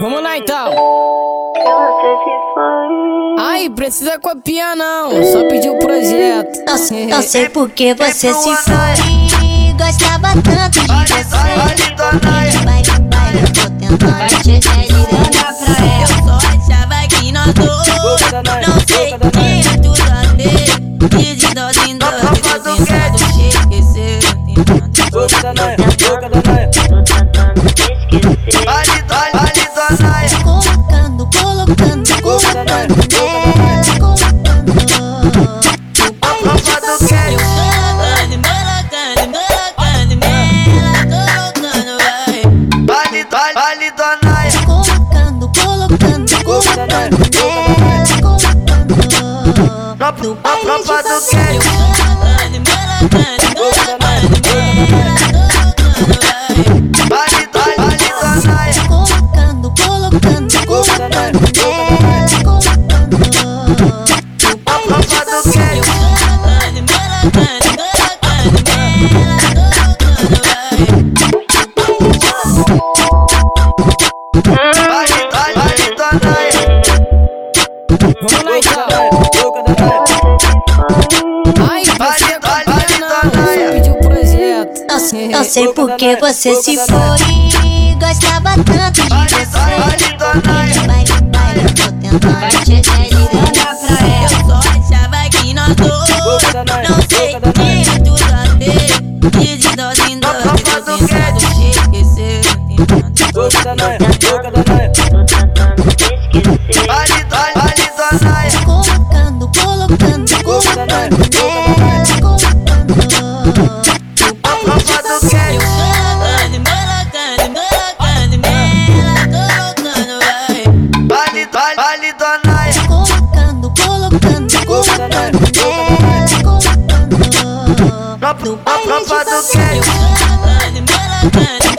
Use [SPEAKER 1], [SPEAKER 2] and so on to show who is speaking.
[SPEAKER 1] Vamos lá então. Ai, precisa copiar não, só pedir o projeto.
[SPEAKER 2] Não, se- não sei por que você se foi. Gostava tanto de você. Vai, vai, eu tô tentando te desligar pra ela.
[SPEAKER 3] Só achava que nós dois Não sei quem é tu saber Que de dó em dó Eu tô
[SPEAKER 2] um
[SPEAKER 3] tentando te esquecer Tentando te
[SPEAKER 2] Colocando, colocando, colocando nela.
[SPEAKER 3] Eu
[SPEAKER 2] Colocando.
[SPEAKER 3] colocando, colocando, colocando Nela, colocando, vai
[SPEAKER 2] Colocando, colocando, colocando nela. Colocando.
[SPEAKER 4] No papo do
[SPEAKER 3] Eu colocando, colocando, colocando Nela, colocando, vai
[SPEAKER 2] Colocando, colocando, colocando nela. Colocando.
[SPEAKER 3] Eu colocando, colocando, colocando Nela, colocando, vai
[SPEAKER 1] Vamos lá então. Ai, precisa copiar não, só pedir o projeto.
[SPEAKER 2] Não, se- não sei por que você se foi. Gostava tanto de você. Vai, vai, eu tô tentando te desligar pra
[SPEAKER 3] Eu
[SPEAKER 2] ela.
[SPEAKER 3] só achava que nós dois Não sei quem é tu saber Que de dó em dó Eu tô tentando te esquecer Tentando te
[SPEAKER 2] Colocando, colocando, colocando nela. Colocando.
[SPEAKER 3] Eu colocando, colocando, colocando Nela, colocando, vai
[SPEAKER 2] Colocando, colocando, colocando nela. Colocando.
[SPEAKER 3] Eu colocando, colocando,